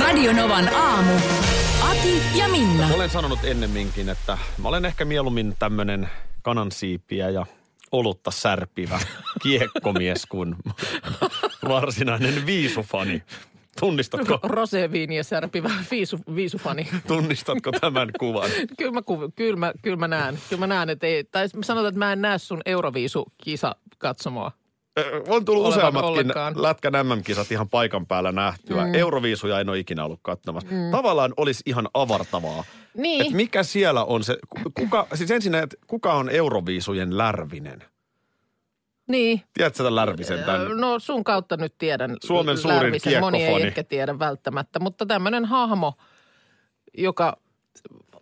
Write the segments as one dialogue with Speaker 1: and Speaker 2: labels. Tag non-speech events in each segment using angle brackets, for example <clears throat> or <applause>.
Speaker 1: Radionovan aamu. Ati ja Minna.
Speaker 2: Olen sanonut ennemminkin, että mä olen ehkä mieluummin tämmönen kanansiipiä ja olutta särpivä kiekkomies kuin varsinainen viisufani. Tunnistatko,
Speaker 3: Roseviiniä <laughs> särpivä viisu, viisufani.
Speaker 2: tunnistatko tämän kuvan?
Speaker 3: Kyllä mä, kuv- kyllä mä, kyllä mä näen. Kyllä mä näen, että ei, tai sanotaan, että mä en näe sun Euroviisu-kisa katsomoa.
Speaker 2: Ö, On tullut
Speaker 3: Olevan
Speaker 2: useammatkin
Speaker 3: ollenkaan.
Speaker 2: Lätkän MM-kisat ihan paikan päällä nähtyä. Mm. Euroviisuja en ole ikinä ollut katsomassa. Mm. Tavallaan olisi ihan avartavaa.
Speaker 3: Niin.
Speaker 2: Et mikä siellä on se, ku- kuka, siis ensin, että kuka on Euroviisujen Lärvinen?
Speaker 3: Niin.
Speaker 2: Tiedätkö tämän Lärvisen tämän?
Speaker 3: Ö, No sun kautta nyt tiedän.
Speaker 2: Suomen suurin
Speaker 3: Lärvisen. Moni ei
Speaker 2: kiekkofoni.
Speaker 3: ehkä tiedä välttämättä, mutta tämmöinen hahmo, joka,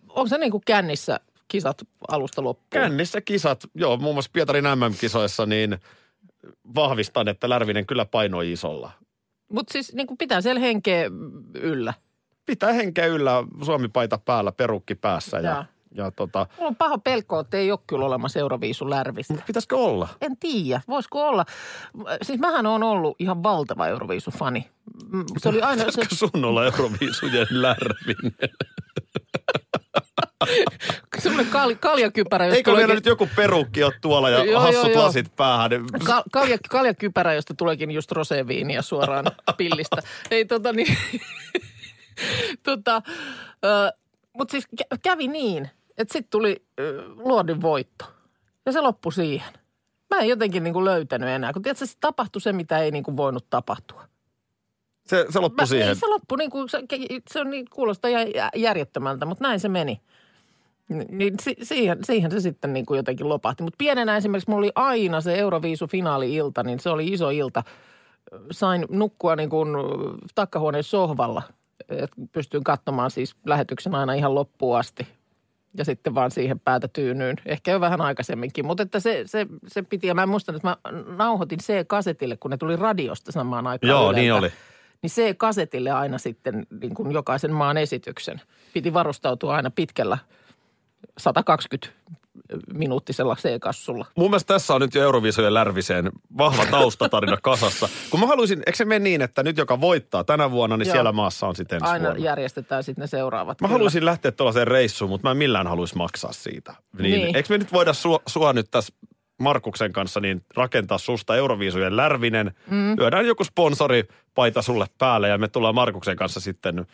Speaker 3: on se niin kuin kännissä kisat alusta loppuun?
Speaker 2: Kännissä kisat, joo, muun muassa Pietarin MM-kisoissa, niin vahvistan, että Lärvinen kyllä painoi isolla.
Speaker 3: Mutta siis niin kuin pitää siellä henkeä yllä.
Speaker 2: Pitää henkeä yllä, suomipaita päällä, perukki päässä ja,
Speaker 3: Joo.
Speaker 2: ja tota,
Speaker 3: Mulla on paha pelko, että ei ole kyllä olemassa Euroviisun lärvistä.
Speaker 2: mutta pitäisikö olla?
Speaker 3: En tiedä, voisiko olla. Siis mähän on ollut ihan valtava Euroviisu-fani. Mm, Se oli aina
Speaker 2: <laughs>
Speaker 3: se
Speaker 2: Pitäisikö sun olla
Speaker 3: <laughs>
Speaker 2: Euroviisujen Lärvinen?
Speaker 3: semmoinen kal- kaljakypärä, josta
Speaker 2: Eikö
Speaker 3: tulee
Speaker 2: meillä nyt joku perukki ole tuolla ja
Speaker 3: <laughs> Joo,
Speaker 2: hassut
Speaker 3: joo, joo.
Speaker 2: lasit päähän? Niin
Speaker 3: Kal- kalja, kaljakypärä, josta tuleekin just roseviiniä
Speaker 2: <laughs>
Speaker 3: suoraan pillistä. Ei tota niin, <laughs> tota, mutta siis kä- kävi niin, että sitten tuli ö, Luodin voitto ja se loppui siihen. Mä en jotenkin niinku löytänyt enää, kun tiedätkö, se tapahtui se, mitä ei niinku voinut tapahtua.
Speaker 2: Se, se loppui
Speaker 3: Mä, ei
Speaker 2: siihen.
Speaker 3: se loppu, niin kuin, se, se on niin, kuulostaa ihan jä- järjettömältä, mutta näin se meni. Ni- Niin si, siihen, siihen se sitten niin kuin jotenkin lopahti. Mutta pienenä esimerkiksi mulla oli aina se Euroviisu-finaali-ilta, niin se oli iso ilta. Sain nukkua niin kuin takkahuoneen sohvalla. Et pystyin katsomaan siis lähetyksen aina ihan loppuun asti. Ja sitten vaan siihen päätä tyynyyn. Ehkä jo vähän aikaisemminkin, mutta että se, se, se piti. Ja mä muistan, että mä nauhoitin C-kasetille, kun ne tuli radiosta samaan aikaan.
Speaker 2: Joo, niin
Speaker 3: Yleltä
Speaker 2: oli.
Speaker 3: niin se kasetille aina sitten niin kuin jokaisen maan esityksen. Piti varustautua aina pitkällä 120-minuuttisella C-kassulla.
Speaker 2: Mun mielestä tässä on nyt jo Euroviisojen lärviseen vahva taustatarina kasassa. Kun mä haluaisin, eikö se mene niin, että nyt joka voittaa tänä vuonna, niin
Speaker 3: Joo.
Speaker 2: siellä maassa on sitten ensi
Speaker 3: Aina
Speaker 2: vuonna?
Speaker 3: järjestetään sitten ne seuraavat.
Speaker 2: Mä
Speaker 3: kyllä.
Speaker 2: haluaisin lähteä tuollaiseen reissuun, mutta mä en millään haluaisi maksaa siitä. Niin, niin.
Speaker 3: Niin.
Speaker 2: Eikö me nyt voida sua, sua nyt tässä Markuksen kanssa niin rakentaa susta Euroviisujen lärvinen, mm. lyödään joku sponsoripaita sulle päälle ja me tullaan Markuksen kanssa sitten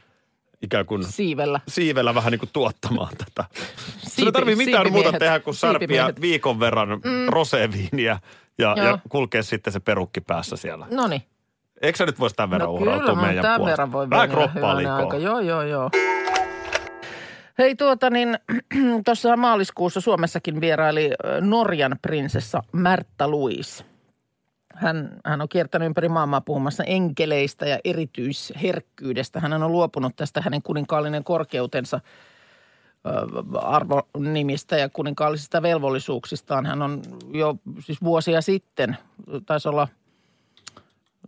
Speaker 2: ikään kuin
Speaker 3: Siivellä.
Speaker 2: siivellä vähän niin kuin tuottamaan tätä. Sun ei
Speaker 3: Siipi-
Speaker 2: tarvii mitään muuta
Speaker 3: siipimiehet.
Speaker 2: tehdä kuin särpiä
Speaker 3: Siipimiehet.
Speaker 2: viikon verran mm. roseviiniä ja,
Speaker 3: Joo.
Speaker 2: ja kulkea sitten se perukki päässä siellä.
Speaker 3: No niin.
Speaker 2: Eikö sä nyt voisi tämän verran
Speaker 3: No
Speaker 2: uhrautua
Speaker 3: kyllähän
Speaker 2: meidän
Speaker 3: tämän
Speaker 2: puolesta?
Speaker 3: verran voi
Speaker 2: Vähän
Speaker 3: venyä
Speaker 2: kroppaa
Speaker 3: hyvänen
Speaker 2: liikaa.
Speaker 3: aika. Joo, joo, joo. Hei tuota niin, <clears throat> tuossa maaliskuussa Suomessakin vieraili ö, Norjan prinsessa Märtta Louise. Hän, hän on kiertänyt ympäri maailmaa puhumassa enkeleistä ja erityisherkkyydestä. Hän on luopunut tästä hänen kuninkaallinen korkeutensa ö, arvonimistä ja kuninkaallisista velvollisuuksistaan. Hän on jo siis vuosia sitten, taisi olla –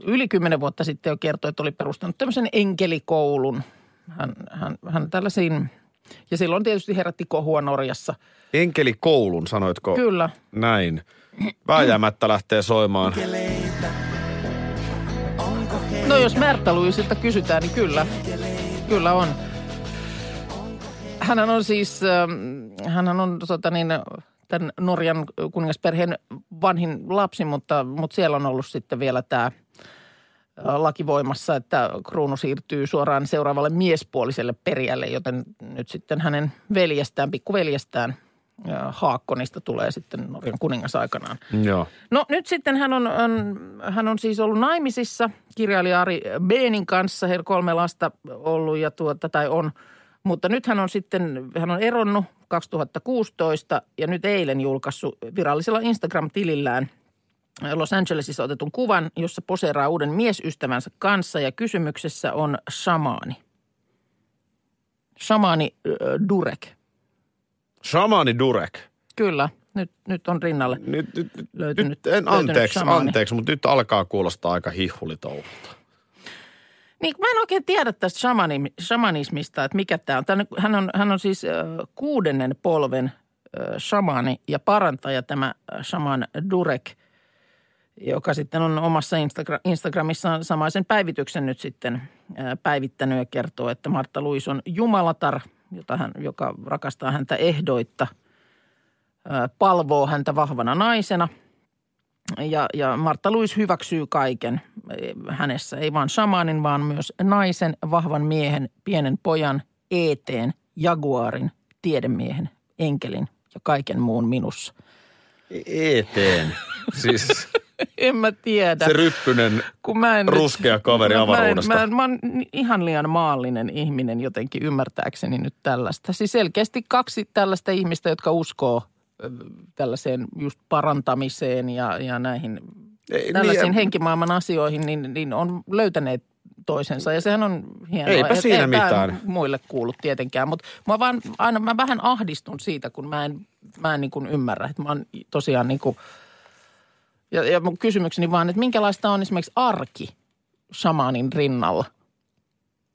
Speaker 3: yli kymmenen vuotta sitten jo kertoi, että oli perustanut tämmöisen enkelikoulun. Hän, hän, hän tällaisiin, ja silloin tietysti herätti kohua Norjassa.
Speaker 2: Enkelikoulun, sanoitko?
Speaker 3: Kyllä.
Speaker 2: Näin. Vääjäämättä lähtee soimaan.
Speaker 3: No jos Märttä Luisilta kysytään, niin kyllä. Kyllä on. Hänhän on siis, ähm, hänhän on tota niin, tämän Norjan kuningasperheen vanhin lapsi, mutta, mutta siellä on ollut sitten vielä tämä laki voimassa, että kruunu siirtyy suoraan seuraavalle miespuoliselle perijälle, joten nyt sitten hänen veljestään, pikkuveljestään äh, Haakkonista tulee sitten Norjan kuningas aikanaan.
Speaker 2: Joo.
Speaker 3: No nyt sitten hän on, on, hän on siis ollut naimisissa kirjailija Ari Beenin kanssa. Heillä kolme lasta ollut ja tuota, tai on. Mutta nyt hän on sitten, hän on eronnut 2016 ja nyt eilen julkaissut virallisella Instagram-tilillään Los Angelesissa otetun kuvan, jossa poseeraa uuden miesystävänsä kanssa ja kysymyksessä on shamaani. Shamaani ö, Durek.
Speaker 2: Shamani Durek.
Speaker 3: Kyllä, nyt, nyt on rinnalle.
Speaker 2: Nyt, nyt, nyt,
Speaker 3: Löytynyt-
Speaker 2: nyt en,
Speaker 3: löytynyt
Speaker 2: anteeksi,
Speaker 3: shamaani.
Speaker 2: anteeksi, mutta nyt alkaa kuulostaa aika hihulitouhulta.
Speaker 3: Niin, mä en oikein tiedä tästä shamanim, shamanismista, että mikä tämä on. Tän, hän on. Hän on siis ö, kuudennen polven ö, shamani ja parantaja tämä ö, shaman Durek, joka sitten on omassa Instagra- Instagramissaan samaisen päivityksen nyt sitten ö, päivittänyt ja kertoo, että Martta Luis on jumalatar, jota hän, joka rakastaa häntä ehdoitta, ö, palvoo häntä vahvana naisena – ja, ja Martta Luis hyväksyy kaiken eh, hänessä, ei vain shamanin, vaan myös naisen, vahvan miehen, pienen pojan, eteen, jaguaarin, tiedemiehen, enkelin ja kaiken muun minussa.
Speaker 2: Eteen. <laughs> Siis
Speaker 3: <laughs> En mä tiedä.
Speaker 2: se ryppynen
Speaker 3: kun mä en nyt-
Speaker 2: ruskea kaveri
Speaker 3: mä-
Speaker 2: avaruudesta.
Speaker 3: Mä, en- mä, en- mä oon ni- ihan liian maallinen ihminen jotenkin ymmärtääkseni nyt tällaista. Siis selkeästi kaksi tällaista ihmistä, jotka uskoo ö, tällaiseen just parantamiseen ja, ja näihin
Speaker 2: Ei,
Speaker 3: tällaisiin
Speaker 2: niin,
Speaker 3: niin, henkimaailman asioihin, niin, niin on löytäneet toisensa. Ja sehän on hienoa.
Speaker 2: Eipä
Speaker 3: Et
Speaker 2: siinä
Speaker 3: ei tää
Speaker 2: mitään.
Speaker 3: muille kuulu tietenkään, mutta mä, vaan, aina, mä vähän ahdistun siitä, kun mä en, mä en niin kuin ymmärrä. Että mä oon tosiaan niin kuin, ja, ja mun kysymykseni vaan, että minkälaista on esimerkiksi arki shamanin rinnalla?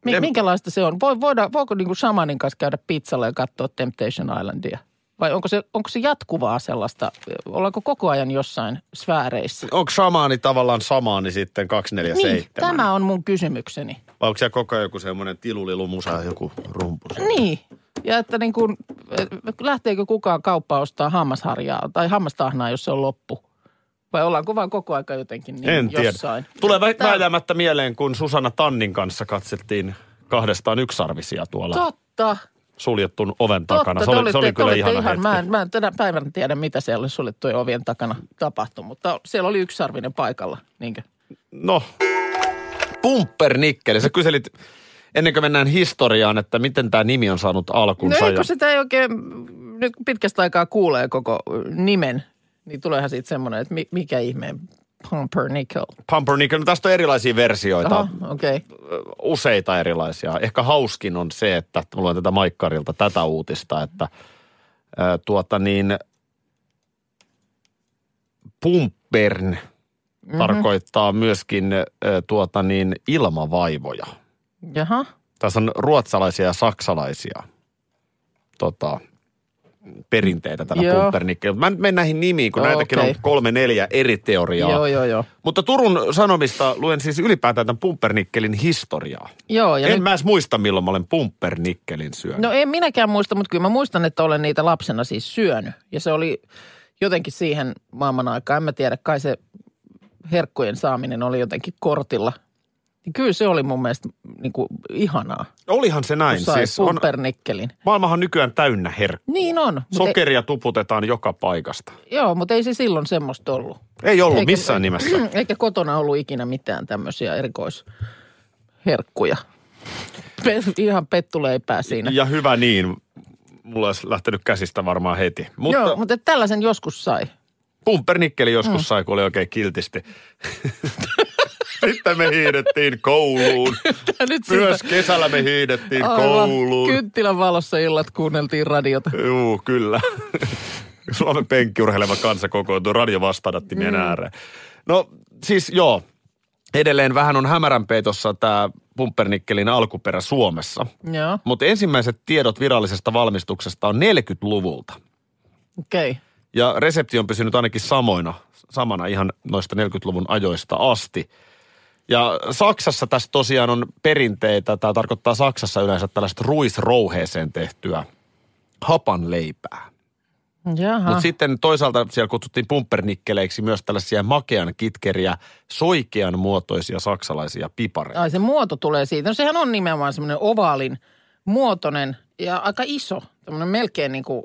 Speaker 3: Mi-
Speaker 2: En-
Speaker 3: minkälaista se on? Voi, voida, voiko niin kuin shamanin kanssa käydä pizzalla ja katsoa Temptation Islandia? Vai onko se, onko se jatkuvaa sellaista? Ollaanko koko ajan jossain sfääreissä?
Speaker 2: Onko shamaani tavallaan samaani sitten 247?
Speaker 3: Niin, tämä on mun kysymykseni.
Speaker 2: Vai onko siellä koko ajan joku semmoinen tilulilumusa, joku rumpu? siellä?
Speaker 3: Niin, ja että niin kuin, lähteekö kukaan kauppaan ostaa hammasharjaa tai hammastahnaa, jos se on loppu? Vai ollaanko vaan koko aika jotenkin niin
Speaker 2: En tiedä.
Speaker 3: jossain?
Speaker 2: Tulee vä- vääjäämättä mieleen, kun Susanna Tannin kanssa katseltiin kahdestaan yksarvisia tuolla
Speaker 3: Totta,
Speaker 2: suljettun oven
Speaker 3: totta.
Speaker 2: takana. Se oli,
Speaker 3: te
Speaker 2: se oli
Speaker 3: olitte-
Speaker 2: kyllä
Speaker 3: te olitte
Speaker 2: ihana hetki.
Speaker 3: mä, en, mä en tänä päivänä tiedä, mitä siellä suljettujen ovien takana tapahtui, mutta siellä oli yksisarvinen paikalla, niinkö?
Speaker 2: No, pumpernikkeli. Sä kyselit ennen kuin mennään historiaan, että miten tämä nimi on saanut alkunsa.
Speaker 3: No ei,
Speaker 2: ja-
Speaker 3: kun sitä ei oikein, nyt kun pitkästä aikaa kuulee koko ö, nimen, niin tuleehän siitä semmoinen, että mi- mikä ihmeen pumpernickel.
Speaker 2: Pumpernickel, no tästä on erilaisia versioita,
Speaker 3: Aha, okei. Okay.
Speaker 2: useita erilaisia. Ehkä hauskin on se, että mä luen tätä Maikkarilta tätä uutista, että ää, tuota niin, pumpern
Speaker 3: Mhm.
Speaker 2: tarkoittaa myöskin ää, tuota niin, ilmavaivoja.
Speaker 3: Jaha.
Speaker 2: Tässä on ruotsalaisia ja saksalaisia tota, perinteitä tällä
Speaker 3: Joo.
Speaker 2: pumpernikkelillä. Mä nyt menen näihin nimiin, kun
Speaker 3: Joo,
Speaker 2: näitäkin on
Speaker 3: okei.
Speaker 2: kolme neljä eri teoriaa.
Speaker 3: Joo, joo, joo.
Speaker 2: Mutta Turun Sanomista luen siis ylipäätään tämän pumpernikkelin historiaa.
Speaker 3: Joo, ja
Speaker 2: en
Speaker 3: nyt,
Speaker 2: mä edes muista, milloin mä olen pumpernikkelin syönyt.
Speaker 3: no en minäkään muista, mutta kyllä mä muistan, että olen niitä lapsena siis syönyt. Ja se oli jotenkin siihen maailman aikaan, en mä tiedä, kai se herkkujen saaminen oli jotenkin kortilla. Niin kyllä se oli mun mielestä niin kuin ihanaa,
Speaker 2: Olihan se näin.
Speaker 3: kun sai
Speaker 2: Siis on,
Speaker 3: pumpernickelin.
Speaker 2: maailmahan on nykyään täynnä herkkuja.
Speaker 3: Niin on, mutta ei,
Speaker 2: Sokeria tuputetaan joka paikasta.
Speaker 3: joo, mutta ei se silloin semmoista ollut.
Speaker 2: Ei ollut
Speaker 3: Eikä-
Speaker 2: missään nimessä.
Speaker 3: <clears throat> Eikä kotona ollut ikinä mitään tämmöisiä erikoisherkkuja. <laughs> Pe- ihan pettuleipää siinä.
Speaker 2: Ja hyvä niin. Mulla olisi lähtenyt käsistä varmaan heti. Mutta
Speaker 3: Joo, mutta tällaisen joskus sai.
Speaker 2: pumpernikkeli joskus sai, kun oli oikein kiltisti. <laughs> Sitten me hiidettiin kouluun.
Speaker 3: Ja <laughs> nyt
Speaker 2: Myös kesällä me hiidettiin kouluun.
Speaker 3: Kynttilän valossa illat kuunneltiin radiota.
Speaker 2: Joo, kyllä. <laughs> Suomen penkkiurheileva kansa kokoontuu radiovastaanottimien mm. ääreen. No siis joo, edelleen vähän on hämärän peitossa tämä pumpernikkelin alkuperä Suomessa.
Speaker 3: Joo,
Speaker 2: Mutta ensimmäiset tiedot virallisesta valmistuksesta on 40-luvulta.
Speaker 3: okei. Okay.
Speaker 2: Ja resepti on pysynyt ainakin samoina, samana ihan noista 40-luvun ajoista asti. Ja Saksassa tässä tosiaan on perinteitä, tämä tarkoittaa Saksassa yleensä tällaista ruisrouheeseen tehtyä hapanleipää.
Speaker 3: Jaha.
Speaker 2: Mutta sitten toisaalta siellä kutsuttiin pumpernikkeleiksi myös tällaisia makean kitkeriä, soikean muotoisia saksalaisia pipareita.
Speaker 3: Ai se muoto tulee siitä. No sehän on nimenomaan semmoinen ovaalin muotoinen ja aika iso. Tämmöinen melkein niin kuin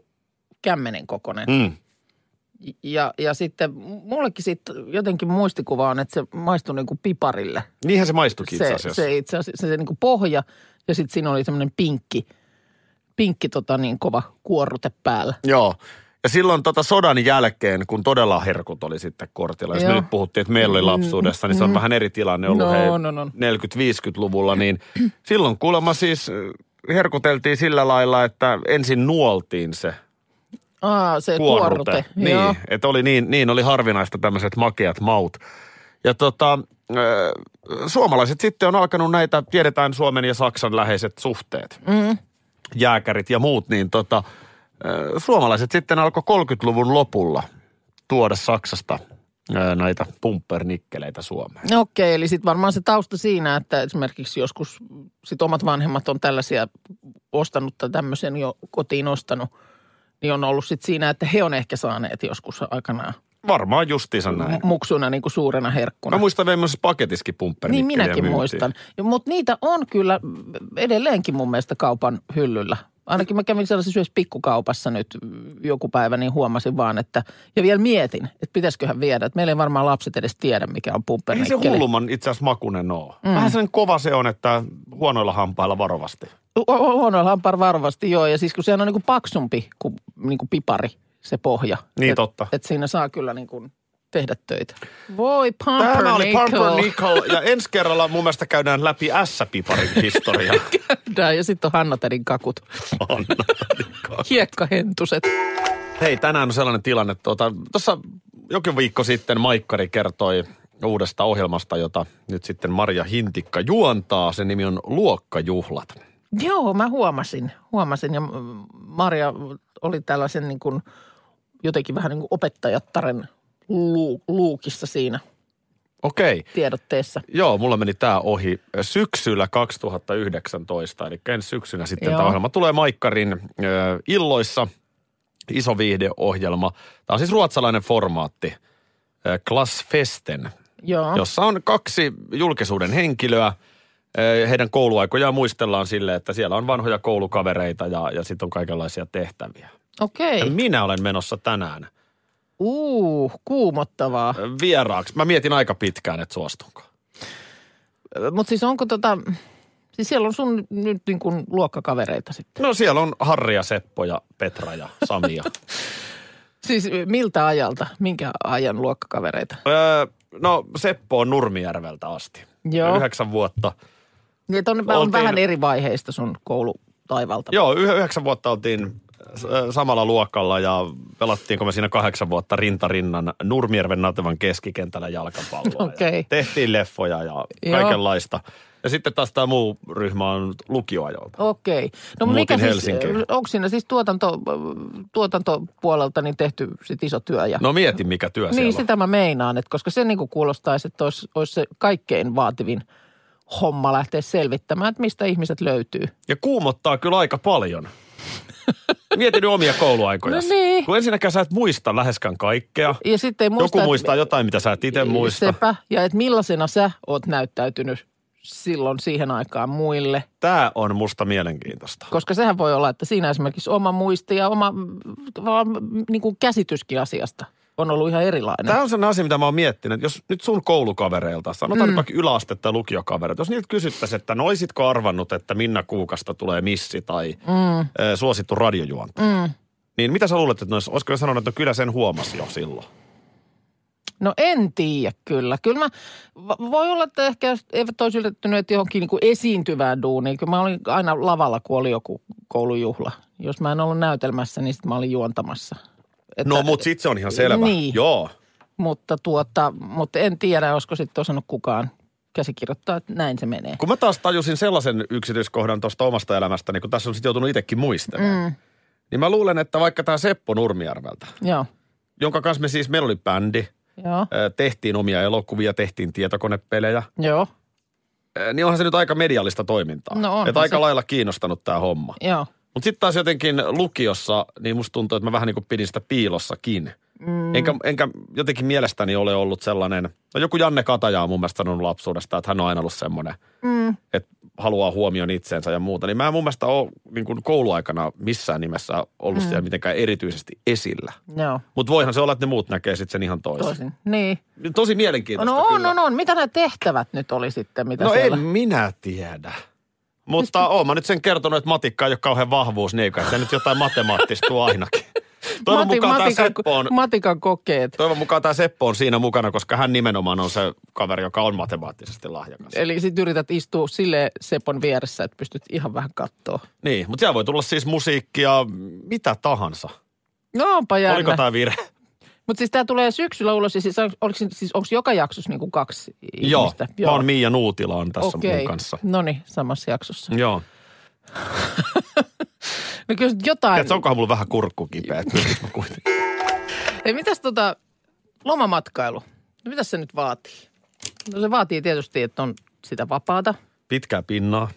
Speaker 3: kämmenen kokoinen.
Speaker 2: Mm.
Speaker 3: Ja, ja sitten mullekin siitä jotenkin muistikuva on, että se maistuu niin kuin piparille.
Speaker 2: Niinhän se maistuikin itse
Speaker 3: se,
Speaker 2: asiassa.
Speaker 3: se itse asiassa, se, se niin kuin pohja ja sitten siinä oli semmoinen pinkki, pinkki tota niin kova kuorrute päällä.
Speaker 2: Joo. Ja silloin tota sodan jälkeen, kun todella herkut oli sitten kortilla, jos me
Speaker 3: Joo. Mm,
Speaker 2: nyt puhuttiin, että meillä oli lapsuudessa, niin se on vähän eri tilanne ollut
Speaker 3: No,
Speaker 2: hei,
Speaker 3: no, no.
Speaker 2: 40-50-luvulla, niin <clears throat> silloin kuulemma siis äh, herkuteltiin sillä lailla, että ensin nuoltiin se
Speaker 3: Aa, se
Speaker 2: kuorrute.
Speaker 3: kuorrute.
Speaker 2: Niin,
Speaker 3: Joo.
Speaker 2: että oli niin, niin oli harvinaista tämmöiset makeat maut. Ja tota, ö, suomalaiset sitten on alkanut näitä, tiedetään Suomen ja Saksan läheiset suhteet, mm. jääkärit ja muut, niin tota, ö, suomalaiset sitten alkoi 30-luvun lopulla tuoda Saksasta ö, näitä pumppernikkeleitä Suomeen.
Speaker 3: No Okei, eli sitten varmaan se tausta siinä, että esimerkiksi joskus sit omat vanhemmat on tällaisia ostanut tai tämmöisen jo kotiin ostanut, niin on ollut sitten siinä, että he on ehkä saaneet joskus aikanaan
Speaker 2: Varmaan justiinsa näin.
Speaker 3: mu- muksuna niin kuin suurena herkkuna.
Speaker 2: Mä muistan myös paketiskin pumppernikkeliä
Speaker 3: niin minäkin
Speaker 2: myytiin.
Speaker 3: muistan. Mutta niitä on kyllä edelleenkin mun mielestä kaupan hyllyllä. Ainakin mä kävin sellaisessa yhdessä pikkukaupassa nyt joku päivä, niin huomasin vaan, että ja vielä mietin, että pitäisiköhän viedä. Että meillä ei varmaan lapset edes tiedä, mikä
Speaker 2: Ei
Speaker 3: on
Speaker 2: se
Speaker 3: pumpernikkeli.
Speaker 2: hulluman itse asiassa makunen oo. Mm. Vähän sellainen kova se on, että huonoilla hampailla varovasti.
Speaker 3: Huono hampar varmasti, joo. Ja siis kun sehän on niinku paksumpi kuin niinku pipari se pohja.
Speaker 2: Niin
Speaker 3: et,
Speaker 2: totta.
Speaker 3: Et siinä saa kyllä niinku tehdä töitä. Voi
Speaker 2: Tämä oli
Speaker 3: pumpernickel.
Speaker 2: Pumpernickel ja ensi kerralla mun mielestä käydään läpi S-piparin historiaa.
Speaker 3: <laughs> Tää, ja sitten on Hannatädin kakut. Hiekkahentuset.
Speaker 2: Hei, tänään on sellainen tilanne. Tuota, tuossa jokin viikko sitten Maikkari kertoi uudesta ohjelmasta, jota nyt sitten Marja Hintikka juontaa. Sen nimi on Luokkajuhlat.
Speaker 3: Joo, mä huomasin. Huomasin ja mm, Maria oli tällaisen niin kuin, jotenkin vähän niin kuin opettajattaren lu- luukissa siinä
Speaker 2: Okei. Okay.
Speaker 3: tiedotteessa.
Speaker 2: Joo, mulla meni tämä ohi syksyllä 2019, eli ensi syksynä sitten
Speaker 3: Joo.
Speaker 2: tämä ohjelma tulee Maikkarin ö, illoissa, iso viihdeohjelma. Tämä on siis ruotsalainen formaatti, ö, Klassfesten,
Speaker 3: Joo.
Speaker 2: jossa on kaksi julkisuuden henkilöä. Ö, Heidän kouluaikojaan muistellaan sille, että siellä on vanhoja koulukavereita ja, ja sitten on kaikenlaisia tehtäviä.
Speaker 3: Okei.
Speaker 2: Ja
Speaker 3: Okay.
Speaker 2: minä olen menossa tänään
Speaker 3: Uu, kuumottavaa.
Speaker 2: ö, vieraaksi. Mä mietin aika pitkään, että suostunko.
Speaker 3: Mutta siis onko tota, siis siellä on sun nyt niin kuin luokkakavereita sitten.
Speaker 2: No siellä on Harri ja Seppo ja Petra ja Sami ja
Speaker 3: Siis miltä ajalta, minkä ajan luokkakavereita?
Speaker 2: Öö, no Seppo on Nurmijärveltä asti.
Speaker 3: Joo.
Speaker 2: Yhdeksän vuotta.
Speaker 3: Niin, että on, on
Speaker 2: Oltiin-
Speaker 3: vähän eri vaiheista sun koulutaivalta.
Speaker 2: Joo, yh- yhdeksän vuotta oltiin ö, samalla luokalla ja pelattiinko me siinä kahdeksan vuotta rintarinnan Nurmijärven Natevan keskikentällä jalkapalloa. ja
Speaker 3: Okei.
Speaker 2: Tehtiin leffoja ja
Speaker 3: Joo.
Speaker 2: kaikenlaista. Ja sitten taas tämä muu ryhmä on lukioajolta.
Speaker 3: Okei. No
Speaker 2: Muutin
Speaker 3: mikä siis,
Speaker 2: Helsinkiin.
Speaker 3: onko siinä siis tuotanto, tuotantopuolelta niin tehty sit iso työ? Ja,
Speaker 2: No mieti, mikä työ siellä
Speaker 3: niin
Speaker 2: on.
Speaker 3: sitä mä meinaan, että koska se niinku kuulostaisi, että olisi, olisi se kaikkein vaativin homma lähteä selvittämään, että mistä ihmiset löytyy.
Speaker 2: Ja kuumottaa kyllä aika paljon. Mietin nyt omia kouluaikoja.
Speaker 3: No niin.
Speaker 2: Kun ensinnäkään sä et muista läheskään kaikkea.
Speaker 3: Ja sitten ei muista,
Speaker 2: Joku
Speaker 3: et-
Speaker 2: muistaa jotain, mitä sä et itse muista.
Speaker 3: Sepä, ja että millaisena sä oot näyttäytynyt silloin siihen aikaan muille.
Speaker 2: Tämä on musta mielenkiintoista.
Speaker 3: Koska sehän voi olla, että siinä esimerkiksi oma muisti ja oma mm, vaan, niin kuin käsityskin asiasta on ollut ihan erilainen.
Speaker 2: Tämä on sellainen asia, mitä mä oon miettinyt. että Jos nyt sun koulukavereilta, sanotaan mm. vaikka yläaste tai lukiokavereilta, jos niiltä kysyttäisiin, että no olisitko arvannut, että Minna Kuukasta tulee missi tai mm. suosittu radiojuonto, mm. niin mitä sä luulet, että ne olis- olisiko ne sanonut, että no kyllä sen huomasi jo silloin?
Speaker 3: No en tiedä kyllä. Kyllä mä, va- voi olla, että ehkä eivät olisi yllättyneet johonkin niin kuin esiintyvään duuniin. Kyllä mä olin aina lavalla, kun oli joku koulujuhla. Jos mä en ollut näytelmässä, niin sitten mä olin juontamassa. Että,
Speaker 2: No, mutta sit se on ihan selvä.
Speaker 3: Niin.
Speaker 2: Joo.
Speaker 3: Mutta, tuota, mutta en tiedä, olisiko sitten osannut kukaan käsikirjoittaa, että näin se menee.
Speaker 2: Kun mä taas tajusin sellaisen yksityiskohdan tuosta omasta elämästäni, kun tässä on sitten joutunut itsekin muistelemaan, mm. niin mä luulen, että vaikka tämä Seppo Nurmijärveltä,
Speaker 3: Joo,
Speaker 2: jonka kanssa me siis, meillä oli bändi,
Speaker 3: joo,
Speaker 2: Ö, tehtiin omia elokuvia, tehtiin tietokonepelejä,
Speaker 3: joo,
Speaker 2: Ö, niin onhan se nyt aika mediallista toimintaa.
Speaker 3: No onhan
Speaker 2: että aika
Speaker 3: se.
Speaker 2: lailla kiinnostanut tämä homma.
Speaker 3: joo.
Speaker 2: Mutta sitten taas jotenkin lukiossa, niin musta tuntuu, että mä vähän niin kuin pidin sitä piilossakin. Mm. Enkä, enkä jotenkin mielestäni ole ollut sellainen, no joku Janne Kataja on mun mielestä sanonut lapsuudesta, että hän on aina ollut semmoinen, mm. että haluaa huomion itseensä ja muuta. Niin mä en mun mielestä ole niin kuin kouluaikana missään nimessä ollut mm. siellä mitenkään erityisesti esillä.
Speaker 3: Joo,
Speaker 2: Mutta voihan se olla, että ne muut näkee sitten sen ihan toisin.
Speaker 3: toisin. Niin.
Speaker 2: Tosi mielenkiintoista
Speaker 3: No on,
Speaker 2: kyllä.
Speaker 3: on, on. Mitä nämä tehtävät nyt oli sitten? Mitä
Speaker 2: No
Speaker 3: siellä?
Speaker 2: en minä tiedä. Mutta oon mä nyt sen kertonut, että matikka ei ole kauhean vahvuus, niin eikä se nyt jotain matemaattista tuo ainakin. Toivon mukaan tämä Seppo on,
Speaker 3: matikan kokeet.
Speaker 2: toivon mukaan tämä Seppo on siinä mukana, koska hän nimenomaan on se kaveri, joka on matemaattisesti lahjakas.
Speaker 3: Eli sit yrität istua sille Sepon vieressä, että pystyt ihan vähän kattoo.
Speaker 2: Niin, mutta siellä voi tulla siis musiikkia, mitä tahansa.
Speaker 3: No onpa
Speaker 2: Oliko
Speaker 3: jännä.
Speaker 2: tämä virhe?
Speaker 3: Mutta siis tämä tulee syksyllä ulos, ja siis onko siis onks joka jaksossa niinku kaksi
Speaker 2: Joo,
Speaker 3: ihmistä?
Speaker 2: mä oon Miia Nuutila on tässä okay. mun kanssa. Mm.
Speaker 3: No niin, samassa jaksossa.
Speaker 2: Joo.
Speaker 3: No kyllä sit jotain.
Speaker 2: Tiedätkö, onkohan mulla vähän kurkku kipeä? että nyt mä kuitenkin-
Speaker 3: Ei, mitäs tota, lomamatkailu, no mitäs se nyt vaatii? No se vaatii tietysti, että on sitä vapaata.
Speaker 2: Pitkää pinnaa.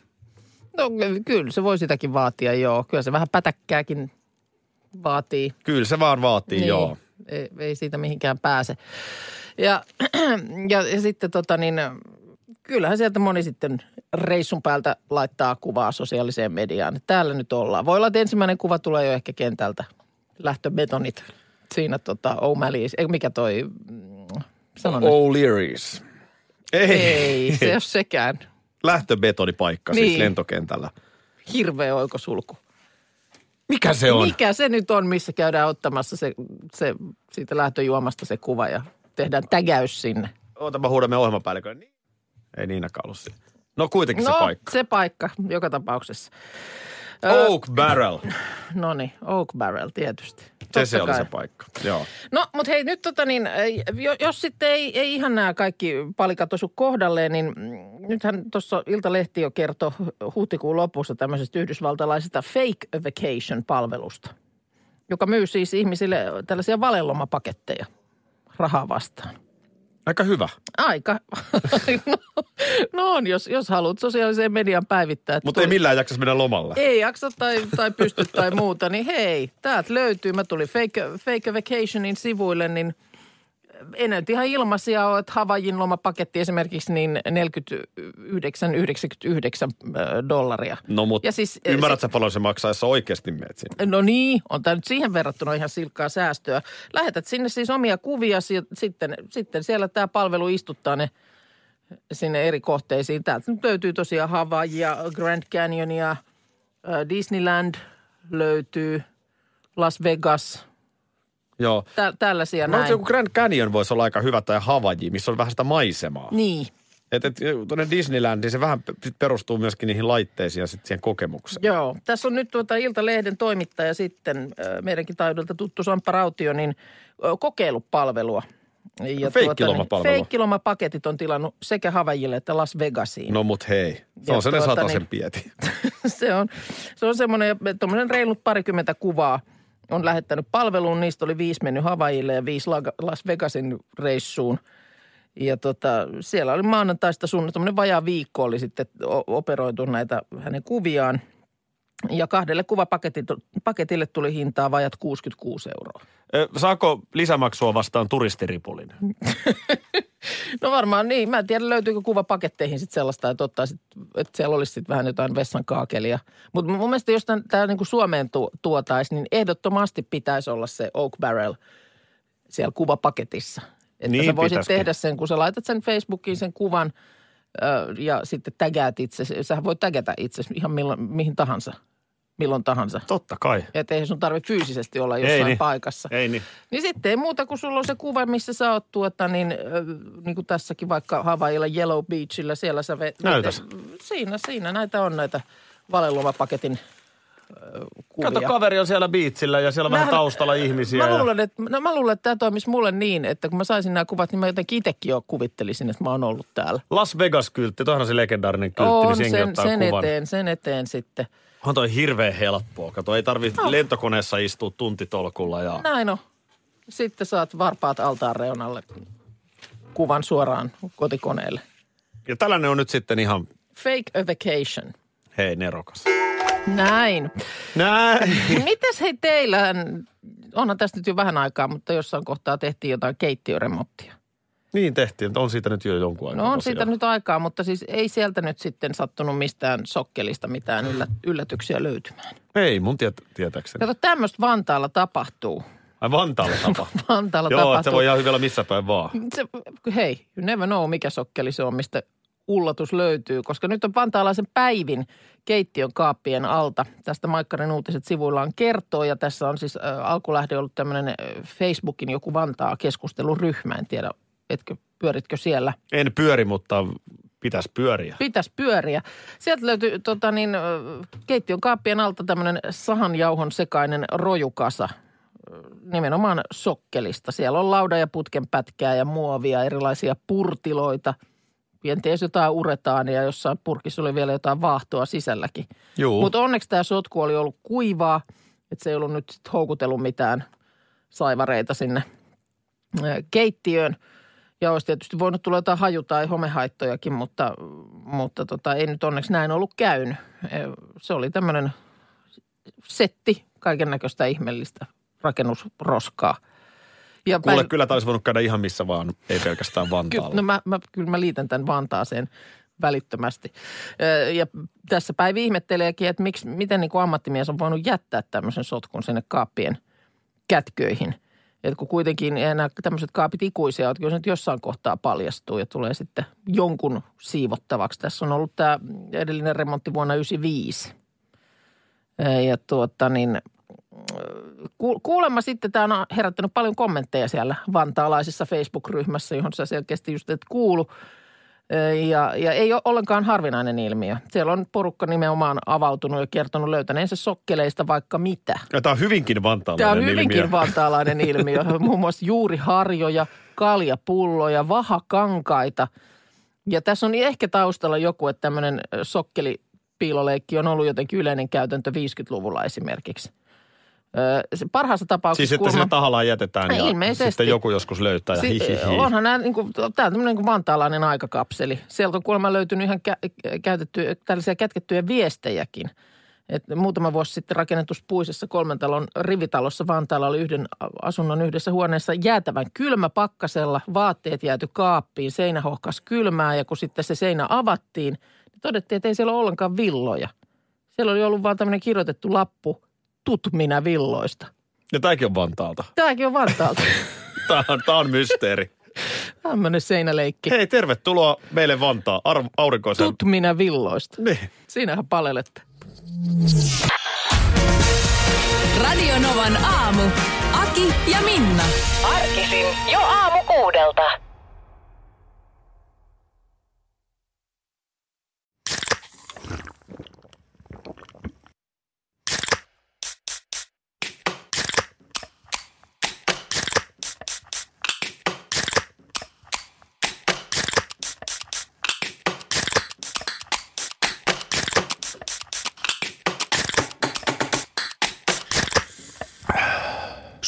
Speaker 3: No ky- kyllä, se voi sitäkin vaatia, joo. Kyllä se vähän pätäkkääkin vaatii.
Speaker 2: Kyllä se vaan vaatii, niin. joo.
Speaker 3: Ei, ei siitä mihinkään pääse. Ja, <clears throat> ja, ja sitten tota niin, kyllähän sieltä moni sitten reissun päältä laittaa kuvaa sosiaaliseen mediaan. Täällä nyt ollaan. Voi olla, että ensimmäinen kuva tulee jo ehkä kentältä. Lähtöbetonit siinä tota O'Malley's, ei mikä toi, mm, sano nyt.
Speaker 2: O'Leary's. Ei,
Speaker 3: Ei, se ei ole sekään.
Speaker 2: lähtöbetonipaikka niin. siis
Speaker 3: Niin.
Speaker 2: lentokentällä.
Speaker 3: Hirveä oikosulku.
Speaker 2: Mikä se on?
Speaker 3: Mikä se nyt on, missä käydään ottamassa se, se, siitä lähtöjuomasta se kuva ja tehdään tägäys sinne?
Speaker 2: Ootapa huudamme ohjelmapäällikön. Niin. Ei Niinakaan ollut siinä. No kuitenkin no,
Speaker 3: no,
Speaker 2: se paikka.
Speaker 3: se paikka joka tapauksessa. Ö,
Speaker 2: Oak Barrel.
Speaker 3: No niin, Oak Barrel tietysti.
Speaker 2: Se,
Speaker 3: Totta
Speaker 2: se oli
Speaker 3: kai.
Speaker 2: se paikka. Joo.
Speaker 3: No, mutta hei nyt tota niin, ei, jo- jos sitten ei, ei ihan nämä kaikki palikat osu kohdalleen, niin mm, nythän tuossa Iltalehti jo kertoi huhtikuun lopussa tämmöisestä yhdysvaltalaisesta fake vacation-palvelusta, joka myy siis ihmisille tällaisia valelomapaketteja rahaa vastaan.
Speaker 2: Aika hyvä.
Speaker 3: Aika. <laughs> no, no on, jos, jos haluat sosiaaliseen median päivittää. että
Speaker 2: Mutta ei
Speaker 3: tuli-
Speaker 2: millään jaksaisi mennä lomalle.
Speaker 3: ei jaksa tai, tai pysty tai muuta, niin hei, täältä löytyy. Mä tulin Fake, Fake Vacationin sivuille, niin ei nyt ihan ilmaisia ole, että Havajin lomapaketti esimerkiksi niin 49,99 äh, dollaria.
Speaker 2: No mutta
Speaker 3: Ja siis, eh,
Speaker 2: ymmärrät sä paljon se maksaa, jos sä oikeasti meet sinne.
Speaker 3: No niin, on tämä nyt siihen verrattuna ihan silkkaa säästöä. Lähetät sinne siis omia kuvia, sitten, sitten siellä tämä palvelu istuttaa ne sinne eri kohteisiin. Täältä nyt löytyy tosiaan Havaijia, Grand Canyonia, äh, Disneyland löytyy, Las Vegas,
Speaker 2: Joo.
Speaker 3: tä- tällaisia
Speaker 2: Mä
Speaker 3: näin.
Speaker 2: ajattelin, joku Grand Canyon voisi olla aika hyvä tai Havaji, missä on vähän sitä maisemaa. Niin.
Speaker 3: Niin,
Speaker 2: Et, et, tuonne Disneyland, niin se vähän pe- sit perustuu myöskin niihin laitteisiin ja sitten siihen kokemukseen.
Speaker 3: joo. Tässä on nyt tuota Iltalehden toimittaja sitten, äh, meidänkin taidolta tuttu Samppa Rautio, niin äh, kokeillut palvelua. Ja
Speaker 2: feikkilomapalvelua.
Speaker 3: niin, feikkilomapaketit on tilannut sekä Havajille että Las Vegasiin.
Speaker 2: No mut hei, se
Speaker 3: Ja
Speaker 2: on sellainen
Speaker 3: tuota,
Speaker 2: sataisen
Speaker 3: niin-
Speaker 2: pieti.
Speaker 3: <laughs> se on, se on semmoinen, tuommoinen reilut parikymmentä kuvaa on lähettänyt palveluun. Niistä oli viisi mennyt Havaijille ja viisi Laga- Las Vegasin reissuun. Ja tota, siellä oli maanantaista sunnuntai, tuommoinen vajaa viikko oli sitten o- operoitu näitä hänen kuviaan. Ja kahdelle kuvapaketille tuli hintaa vajat 66 euroa.
Speaker 2: <laughs> Ö, Saako lisämaksua vastaan turistiripulin?
Speaker 3: No varmaan niin. Mä en tiedä, löytyykö kuvapaketteihin sitten sellaista, että, ottaa sit, että siellä olisi sitten vähän jotain vessan kaakelia. Mutta mun mielestä, jos tämä niinku Suomeen tu- tuotaisi, niin ehdottomasti pitäisi olla se Oak Barrel siellä kuvapaketissa. Että
Speaker 2: Niin
Speaker 3: sä voisit
Speaker 2: pitäisikin.
Speaker 3: tehdä sen, kun sä laitat sen Facebookiin sen kuvan ö, ja sitten tägäät itse. Sähän voi tägätä itse ihan milloin, mihin tahansa, milloin tahansa.
Speaker 2: Totta kai.
Speaker 3: Että eihän sun tarvitse fyysisesti olla jossain
Speaker 2: niin.
Speaker 3: paikassa.
Speaker 2: Ei niin.
Speaker 3: Niin sitten ei muuta kuin sulla on se kuva, missä sä oot tuota, niin, ö, niin kuin tässäkin vaikka Havailla Yellow Beachillä, siellä sä... Ve-
Speaker 2: Näytäs.
Speaker 3: Siinä, siinä näitä on näitä valelomapaketin ö, kuvia.
Speaker 2: Kato, kaveri on siellä biitsillä ja siellä on vähän
Speaker 3: Nähdä-
Speaker 2: taustalla ihmisiä.
Speaker 3: Mä
Speaker 2: ja-
Speaker 3: luulen, että, no, mä luulen, että tämä toimisi mulle niin, että kun mä saisin nämä kuvat, niin mä jotenkin itsekin jo kuvittelisin, että mä oon ollut täällä.
Speaker 2: Las Vegas-kyltti, toihan on se legendaarinen kyltti,
Speaker 3: on
Speaker 2: niin senkin
Speaker 3: sen,
Speaker 2: ottaa
Speaker 3: sen
Speaker 2: kuvan.
Speaker 3: eteen, sen eteen sitten.
Speaker 2: On toi hirveän helppoa. Kato, ei tarvitse no. lentokoneessa istua tuntitolkulla ja...
Speaker 3: Näin on. Sitten saat varpaat altaan reunalle kuvan suoraan kotikoneelle.
Speaker 2: Ja tällainen on nyt sitten ihan,
Speaker 3: Fake a vacation.
Speaker 2: hei, nerokas.
Speaker 3: Näin.
Speaker 2: Näin. <laughs>
Speaker 3: Niin Mitäs hei teillä, onhan tästä nyt jo vähän aikaa, mutta jossain kohtaa tehtiin jotain keittiöremonttia.
Speaker 2: Niin tehtiin, että on siitä nyt jo jonkun aikaa
Speaker 3: No on
Speaker 2: tosiaan.
Speaker 3: siitä nyt aikaa, mutta siis ei sieltä nyt sitten sattunut mistään sokkelista mitään yllä, yllätyksiä löytymään.
Speaker 2: Ei, mun tiet, tietääkseni.
Speaker 3: Kato, tämmöistä Vantaalla tapahtuu. <laughs>
Speaker 2: Ai Vantaalla tapahtuu.
Speaker 3: Vantaalla
Speaker 2: Joo, että se
Speaker 3: tapahtuu.
Speaker 2: voi ihan hyvällä missä päin vaan.
Speaker 3: Se, hei, you never know, mikä sokkeli se on, mistä ullatus löytyy, koska nyt on vantaalaisen päivin keittiön kaappien alta. Tästä Maikkarin uutiset sivuillaan kertoo ja tässä on siis äh, alkulähde ollut tämmöinen äh, Facebookin joku Vantaa keskusteluryhmä. En tiedä, etkö, pyöritkö siellä.
Speaker 2: En pyöri, mutta pitäisi pyöriä.
Speaker 3: Pitäisi pyöriä. Sieltä löytyy tota niin, äh, keittiön kaappien alta tämmöinen sahanjauhon sekainen rojukasa äh, nimenomaan sokkelista. Siellä on lauda- ja putkenpätkää ja muovia, erilaisia purtiloita. Pienties jotain uretaan ja jossain purkissa oli vielä jotain vaahtoa sisälläkin.
Speaker 2: Juu.
Speaker 3: Mutta onneksi tämä sotku oli ollut kuivaa, että se ei ollut nyt sit houkutellut mitään saivareita sinne ö, keittiöön. Ja olisi tietysti voinut tulla jotain haju- tai homehaittojakin, mutta, mutta tota, ei nyt onneksi näin ollut käynyt. Ö, Se oli tämmöinen setti kaiken näköistä ihmeellistä rakennusroskaa. Ja
Speaker 2: Kuule,
Speaker 3: päiv-
Speaker 2: kyllä taisi voinut käydä ihan missä vaan, ei pelkästään
Speaker 3: Kyllä,
Speaker 2: Vantaalla.
Speaker 3: no mä, mä, kyllä mä liitän tämän Vantaaseen välittömästi. Ö, Ja tässä päivä ihmetteleekin, että miksi, miten niin kuin ammattimies on voinut jättää tämmöisen sotkun sinne kaappien kätköihin. Et kun kuitenkin ei nämä tämmöiset kaapit ikuisia, että kyllä se nyt jossain kohtaa paljastuu ja tulee sitten jonkun siivottavaksi. Tässä on ollut tämä edellinen remontti vuonna 1995. Ja tuota niin, ku- kuulemma sitten tämä on herättänyt paljon kommentteja siellä vantaalaisessa Facebook-ryhmässä, johon sä selkeästi just et kuulu. Ö, Ja, ja ei ole ollenkaan harvinainen ilmiö. Siellä on porukka nimenomaan avautunut ja kertonut löytäneensä sokkeleista vaikka mitä.
Speaker 2: Ja tämä on hyvinkin vantaalainen
Speaker 3: Tämä on hyvinkin
Speaker 2: ilmiö.
Speaker 3: vantaalainen
Speaker 2: <laughs>
Speaker 3: ilmiö. Muun muassa juuriharjoja, kaljapulloja, vahakankaita. Ja tässä on ehkä taustalla joku, että tämmöinen sokkelipiiloleikki on ollut jotenkin yleinen käytäntö 50-luvulla esimerkiksi. Ö, se Parhaassa tapauksessa
Speaker 2: Siis että
Speaker 3: kuulemma-
Speaker 2: sinne tahallaan jätetään
Speaker 3: Ei,
Speaker 2: ja
Speaker 3: No, ilmeisesti.
Speaker 2: sitten joku joskus löytää. Ja
Speaker 3: Si-
Speaker 2: hihihi.
Speaker 3: onhan nämä, niin kuin, tämä on tämmöinen niin vantaalainen aikakapseli. Sieltä on kuulemma löytynyt ihan kä- käytetty, tällaisia kätkettyjä viestejäkin. Et muutama vuosi sitten rakennetussa puisessa kolmen talon rivitalossa Vantaalla oli yhden asunnon yhdessä huoneessa jäätävän kylmä pakkasella, vaatteet jääty kaappiin, seinä hohkas kylmää ja kun sitten se seinä avattiin, niin todettiin, että ei siellä ole ollenkaan villoja. Siellä oli ollut vaan tämmöinen kirjoitettu lappu, tut minä villoista.
Speaker 2: Ja tämäkin on Vantaalta.
Speaker 3: Tämäkin on Vantaalta.
Speaker 2: Tämä on, tämä on mysteeri.
Speaker 3: Tämmöinen seinäleikki.
Speaker 2: Hei, tervetuloa meille Vantaa, Ar- aurinkoisen.
Speaker 3: Tut minä villoista.
Speaker 2: Niin.
Speaker 3: Siinähän palelette.
Speaker 1: Radio Novan aamu. Aki ja Minna.
Speaker 4: Arkisin jo aamu kuudelta.